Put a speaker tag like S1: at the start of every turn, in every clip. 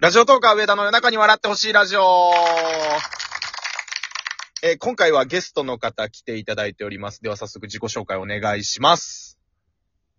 S1: ラジオトーカー上田の夜中に笑ってほしいラジオ。えー今回はゲストの方来ていただいております。では早速自己紹介お願いします。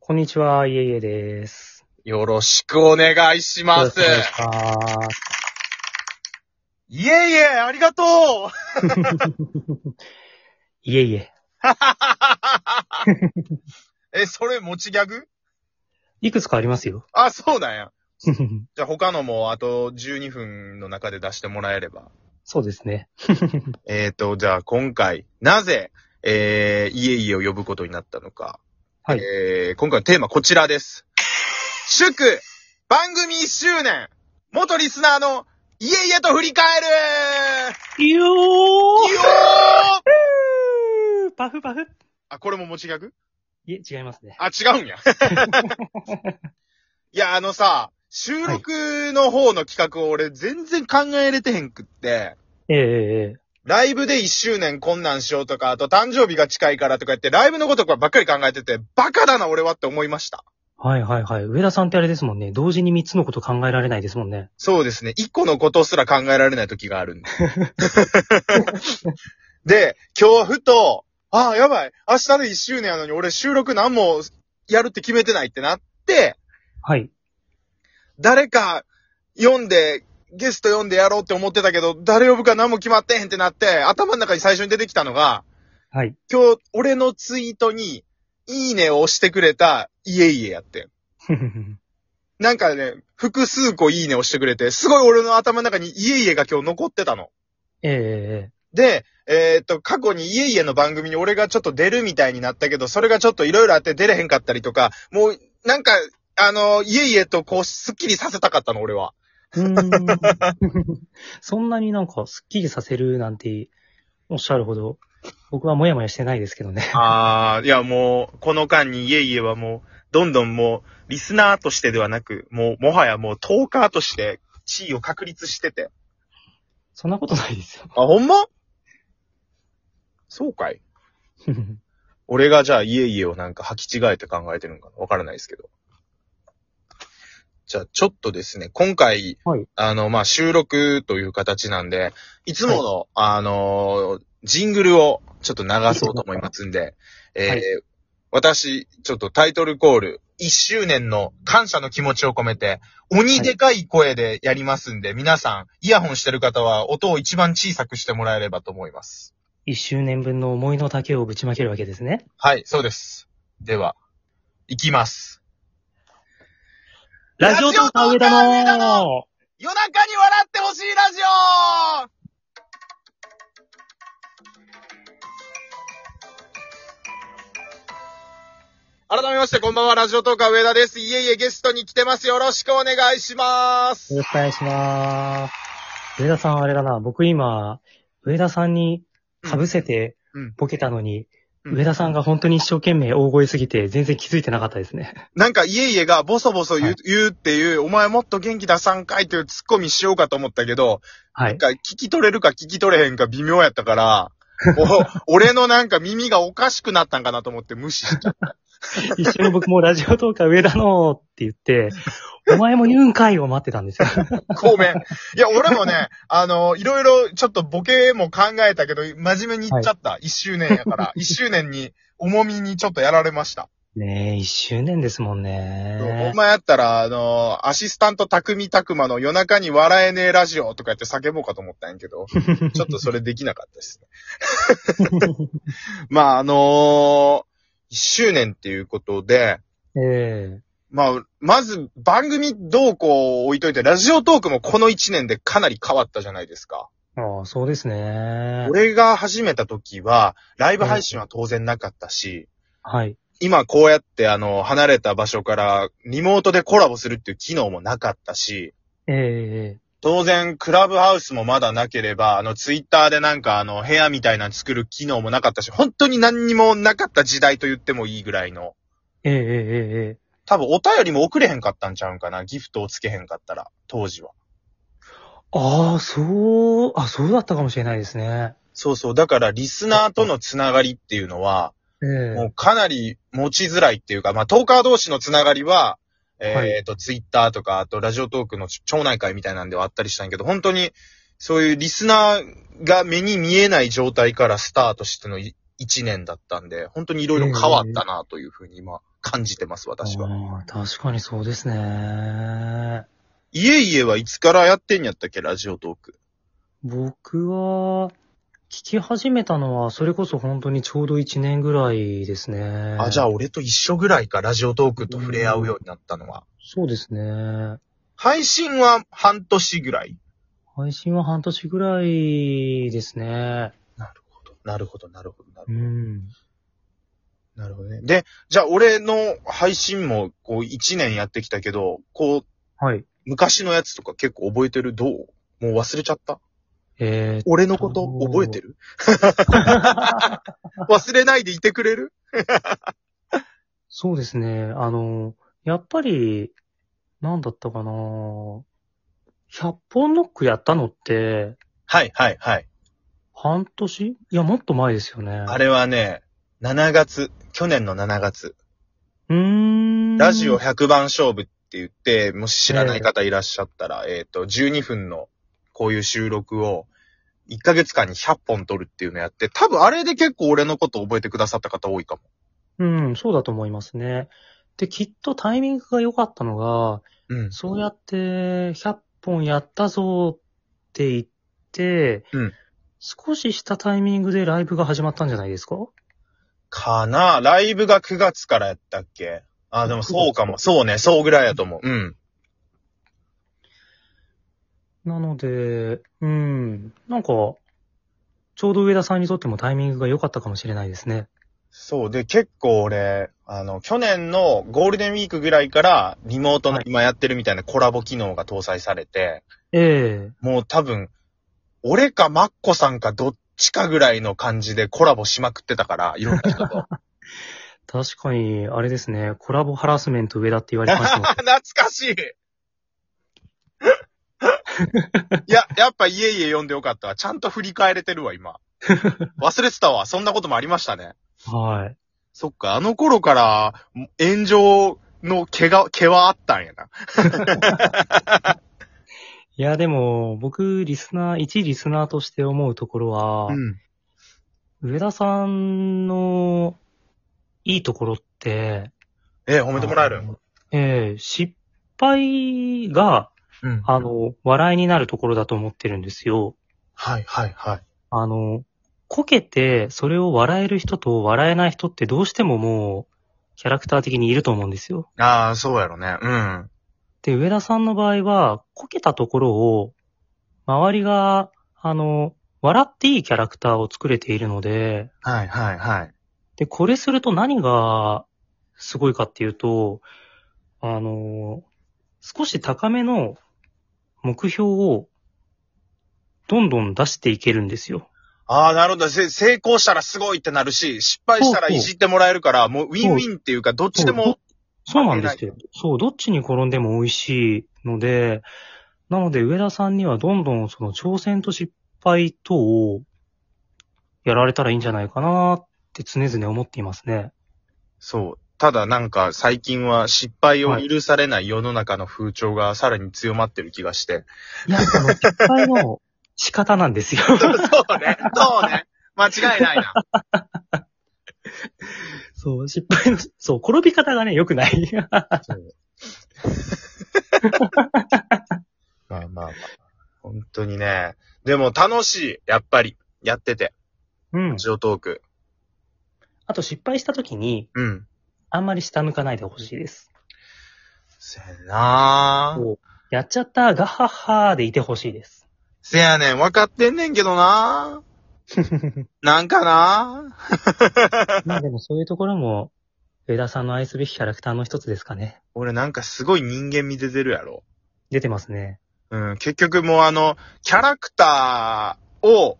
S2: こんにちは、いえいえです。
S1: よろしくお願いします。
S2: よろしくお願いします。
S1: いえいえ、ありがとう
S2: いえいえ。
S1: え、それ持ちギャグ
S2: いくつかあります よ。
S1: あ、そうなんや。じゃあ他のもあと12分の中で出してもらえれば。
S2: そうですね。
S1: えーと、じゃあ今回、なぜ、えー、いえいえを呼ぶことになったのか。
S2: はい
S1: えー、今回のテーマこちらです。祝、番組1周年、元リスナーの、いえいえと振り返る
S2: いよ
S1: いいよー
S2: ーパフパフ
S1: あ、これも持ち逆
S2: いえ、違いますね。
S1: あ、違 うんや。いや、あのさ、収録の方の企画を俺全然考えれてへんくって、
S2: えええ
S1: ライブで1周年こんなんしようとか、あと誕生日が近いからとか言って、ライブのことばっかり考えてて、バカだな俺はって思いました。
S2: はいはいはい。上田さんってあれですもんね。同時に3つのこと考えられないですもんね。
S1: そうですね。1個のことすら考えられない時があるんで。で、今日ふと、ああ、やばい。明日で1周年やのに俺収録何もやるって決めてないってなって、
S2: はい。
S1: 誰か読んで、ゲスト読んでやろうって思ってたけど、誰呼ぶか何も決まってへんってなって、頭の中に最初に出てきたのが、
S2: はい。
S1: 今日、俺のツイートに、いいねを押してくれた、いえいえやってん。なんかね、複数個いいねをしてくれて、すごい俺の頭の中にいえいえが今日残ってたの。
S2: えええ
S1: で、えーっと、過去にいえいえの番組に俺がちょっと出るみたいになったけど、それがちょっといろいろあって出れへんかったりとか、もう、なんか、あの、いえいえとこう、スッキリさせたかったの、俺は。
S2: えうーん そんなになんかスッキリさせるなんておっしゃるほど、僕はもやもやしてないですけどね。
S1: ああ、いやもう、この間にいえいえはもう、どんどんもう、リスナーとしてではなく、もう、もはやもう、トーカーとして、地位を確立してて。
S2: そんなことない ですよ。
S1: あ、ほんまそうかい。俺がじゃあ、いえいえをなんか履き違えて考えてるのかなわからないですけど。じゃあ、ちょっとですね、今回、
S2: はい
S1: あの、まあ、収録という形なんで、いつもの、あのー、ジングルをちょっと流そうと思いますんで、えー
S2: はい
S1: 私、ちょっとタイトルコール、1周年の感謝の気持ちを込めて、鬼でかい声でやりますんで、皆さん、イヤホンしてる方は音を一番小さくしてもらえればと思います。
S2: 一周年分の思いの丈をぶちまけるわけですね。
S1: はい、そうです。では、行きます。ラ
S2: ラ
S1: ジ
S2: ジ
S1: オと
S2: オ
S1: か
S2: とか
S1: 上
S2: 上
S1: 田
S2: 田
S1: の
S2: の
S1: 夜中に笑ってほしいラジオ改めまして、こんばんは、ラジオトーカー上田です。いえいえ、ゲストに来てます。よろしくお願いしま
S2: よろ
S1: す。
S2: しくお願いします。上田さんあれだな、僕今、上田さんに被せて
S1: うん
S2: ボケたのに、
S1: うん
S2: 上田さんが本当に一生懸命大声すぎて全然気づいてなかったですね。
S1: なんか、いえいえがボソボソ言う,、
S2: はい
S1: 言うっていう、お前もっと元気出さんかいというツッコミしようかと思ったけど、
S2: は
S1: なん
S2: い。
S1: か聞き取れるか聞き取れへんか微妙やったから、お俺のなんか耳がおかしくなったんかなと思って無視しちゃった。
S2: 一瞬僕もラジオとか上田のって言って、お前も言うんかいを待ってたんですよ。
S1: ごめん。いや、俺もね、あの、いろいろちょっとボケも考えたけど、真面目に言っちゃった。一、周年やから。一周年に、重みにちょっとやられました。
S2: ねえ、一周年ですも
S1: ほ
S2: んね
S1: ん。まやったら、あの、アシスタント匠匠の夜中に笑えねえラジオとかやって叫ぼうかと思ったんやけど、ちょっとそれできなかったですね。まあ、あの一周年っていうことで、
S2: ええ
S1: まあ、まず番組動向を置いといて、ラジオトークもこの1年でかなり変わったじゃないですか。
S2: ああ、そうですね。
S1: 俺が始めた時は、ライブ配信は当然なかったし、
S2: はい。
S1: 今こうやってあの、離れた場所からリモートでコラボするっていう機能もなかったし、
S2: ええ
S1: 当然クラブハウスもまだなければ、あの、ツイッターでなんかあの、部屋みたいなの作る機能もなかったし、本当に何にもなかった時代と言ってもいいぐらいの、
S2: ええええええ
S1: 多分お便りも送れへんかったんちゃうんかな、ギフトをつけへんかったら、当時は。
S2: ああ、そう、あ、そうだったかもしれないですね。
S1: そうそう。だから、リスナーとのつながりっていうのは、
S2: ええ
S1: もうかなり持ちづらいっていうか、まあ、トーカー同士のつながりは、え
S2: はい
S1: えっ、と、ツイッターとか、あとラジオトークのち町内会みたいなんではあったりしたんやけど、本当に、そういうリスナーが目に見えない状態からスタートしてのい一年だったんで、本当にいろいろ変わったなというふうに今感じてます、私は。
S2: あー確かにそうですね。
S1: 家々はいつからやってんやったっけ、ラジオトーク。
S2: 僕は、聞き始めたのは、それこそ本当にちょうど1年ぐらいですね。
S1: あ、じゃあ俺と一緒ぐらいか、ラジオトークと触れ合うようになったのは。
S2: そうですね。
S1: 配信は半年ぐらい。
S2: 配信は半年ぐらいですね。
S1: なるほど。なるほど、なるほど、なるほど
S2: う。ん。
S1: なるほどね。で、じゃあ俺の配信もこう一年やってきたけど、こう、
S2: はい。
S1: 昔のやつとか結構覚えてるどうもう忘れちゃった
S2: えー、
S1: 俺のこと覚えて る忘れないでいてくれる
S2: そうですね。あの、やっぱり、なんだったかな100本ノックやったのって、
S1: はいはいはい。
S2: 半年いや、もっと前ですよね。
S1: あ
S2: あ
S1: れはね、7月、去年の7月、
S2: うーん。
S1: ラジオ100番勝負って言って、もし知らない方いらっしゃったら、えっ、と、12分のこういう収録を、1ヶ月間に100本撮るっていうのやって、多分あれで結構俺のこと覚えてくださった方多いかも。
S2: うん、そうだと思いますね。で、きっとタイミングが良かったのが、
S1: うん。
S2: そうやって100本やったぞって言って、
S1: うん
S2: 少ししたタイミングでライブが始まったんじゃないですか
S1: かなライブが9月からやったっけあ、でもそうかも。そうね、そうぐらいやと思う。うん。
S2: なので、うん、なんか、ちょうど上田さんにとってもタイミングが良かったかもしれないですね。
S1: そう。で、結構俺、あの、去年のゴールデンウィークぐらいから、リモートの
S2: はい
S1: 今やってるみたいなコラボ機能が搭載されて、
S2: え
S1: もう多分、俺かマッコさんかどっちかぐらいの感じでコラボしまくってたから、いろんな人と。
S2: え確かに、あれですね、コラボハラスメント上田って言われてましたもん
S1: 懐かしいい や、やっぱいえいえ読んでよかったわ。ちゃんと振り返れてるわ、 今。忘れてたわ。そんなこともありましたね。
S2: はい。
S1: そっか、あの頃から、炎上の毛が、毛はあったんやな。
S2: いや、でも、僕、リスナー、一リスナーとして思うところは、
S1: ん。
S2: 上田さんのいいところって、
S1: ええ、褒
S2: 褒
S1: めてもらえる
S2: ええ失敗が、
S1: うん
S2: あの、笑いになるところだと思ってるんですよ。
S1: はい、はい、はい。
S2: あの、こけて、それを笑える人と笑えない人ってどうしてももう、キャラクター的にいると思うんですよ。
S1: ああ、そうやろね。うん。
S2: で、上田さんの場合は、こけたところを、周りが、あの、笑っていいキャラクターを作れているので、
S1: はい、はい、はい。
S2: で、これすると何がすごいかっていうと、あの、少し高めの目標をどんどん出していけるんですよ。
S1: ああ、なるほど。せ成功したらすごいってなるし、失敗したらいじってもらえるから、もうウィンウィンっていうか、どっちでも、
S2: そうなんですよ。そう、どっちに転んでも美味しいので、なので上田さんにはどんどんその挑戦と失敗等をやられたらいいんじゃないかなって常々思っていますね。
S1: そう。ただなんか最近は失敗を許されない世の中の風潮がさらに強まってる気がして。
S2: いや、その失敗の仕方なんですよ。
S1: そうね。そうね。間違いないな。
S2: そう、失敗の、そう、転び方がね、良くない。
S1: まあまあまあ。本当にね。でも楽しい。やっぱり。やってて。
S2: うん
S1: ラ。ジオトーク。
S2: あと失敗した時に、
S1: うん。
S2: あんまり下向かないでほしいです。
S1: せやな
S2: こうやっちゃった、ガッハッハーでいてほしい です。
S1: せやねん。分かってんねんけどななんかな
S2: まあでもそういうところも、上田さんの愛すべきキャラクターの一つですかね。
S1: 俺なんかすごい人間見ててるやろ。
S2: 出てますね。
S1: うん。結局もうあの、キャラクターを、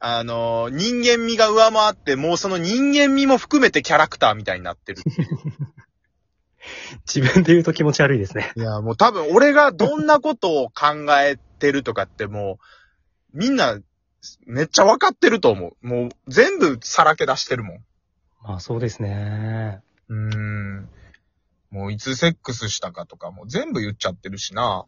S1: あの、人間味が上回って、もうその人間味も含めてキャラクターみたいになってる。
S2: 自分で言うと気持ち悪いですね。
S1: いや、もう多分俺がどんなことを考えてるとかってもう、みんな、めっちゃ分かってると思う。もう全部さらけ出してるもん。
S2: まあそうですね。
S1: うーん。もういつセックスしたかとかも全部言っちゃってるしな。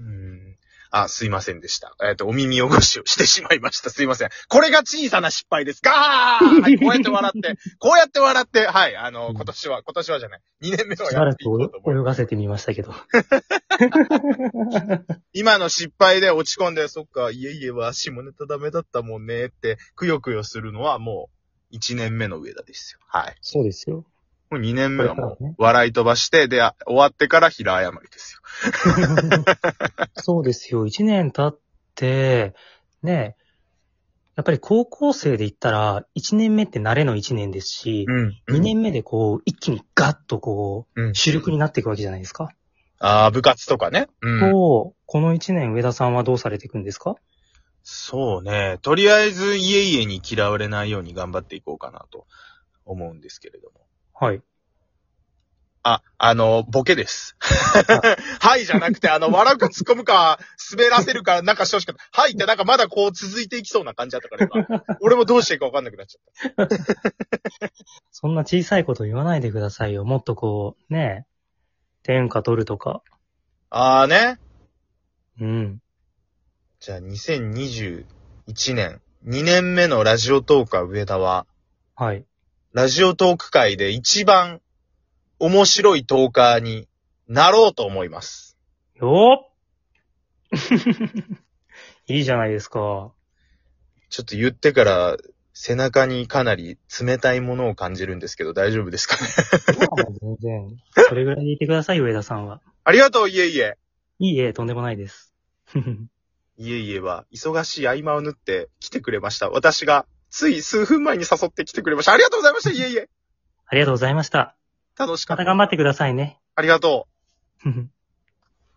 S1: うん。あ、すいませんでした。えっ、と、お耳汚しをしてしまいました。すいません。これが小さな失敗です。ガーはい、こうやって笑って、こうやって笑って、はい、あの、今年は、今年はじゃない。2年目は
S2: し
S1: や
S2: ば
S1: っ
S2: ら
S1: ていこうと思
S2: く
S1: い
S2: 泳
S1: ま
S2: が
S1: す
S2: せ。てみましたけど。
S1: 今の失敗で落ち込んで、そっか、いえいえは下ネタダメだったもんねって、くよくよするのはもう、1年目の上田ですよ。はい。
S2: そうですよ。
S1: もう2年目は
S2: これ
S1: も
S2: からね
S1: う、笑い飛ばして、で、あ終わってから平謝りですよ。
S2: そうですよ。一年経って、ねえ、やっぱり高校生で言ったら、一年目って慣れの一年ですし、
S1: うん。
S2: 二年目でこう、一気にガッとこ
S1: うん
S2: う、主力になっていくわけじゃないですか。
S1: ああ、部活とかね。うん。
S2: と、この一年上田さんはどうされていくんですか
S1: そうね。とりあえず、家々に嫌われないように頑張っていこうかなと思うんですけれども。
S2: はい。
S1: あ、あの、ボケ です。はいじゃなくて、あの、笑うか突っ込むか、滑らせるか、なんかしてほしかった。はいってなんかまだこう続いていきそうな感じだったから、今。俺もどうしていいかわかんなくなっちゃっ
S2: そんな小さいこと言わないでくださいよ。もっとこう、ねえ、天下取るとか。
S1: た。ああね。
S2: うん。
S1: じゃあ、2021年、2年目のラジオトーカー上田は、
S2: はい。
S1: ラジオトーク界で一番面白いトーカーになろうと思います。
S2: よっ いいじゃないですか。
S1: ちょっと言ってから、背中にかなり冷たいものを感じるんですけど、大丈夫ですか ね
S2: まあ全然。それぐらいでいてください、上田さんは。
S1: ありがとう、いえいえ。
S2: いいえ、とんでもないです。
S1: いえいえは、忙しい合間を縫って来てくれました。私が、つい数分前に誘って来てくれました。ありがとうございました、いえいえ。
S2: ありがとうございました。
S1: 楽しか
S2: ま
S1: ったた。
S2: 頑張ってくださいね。
S1: ありがとう。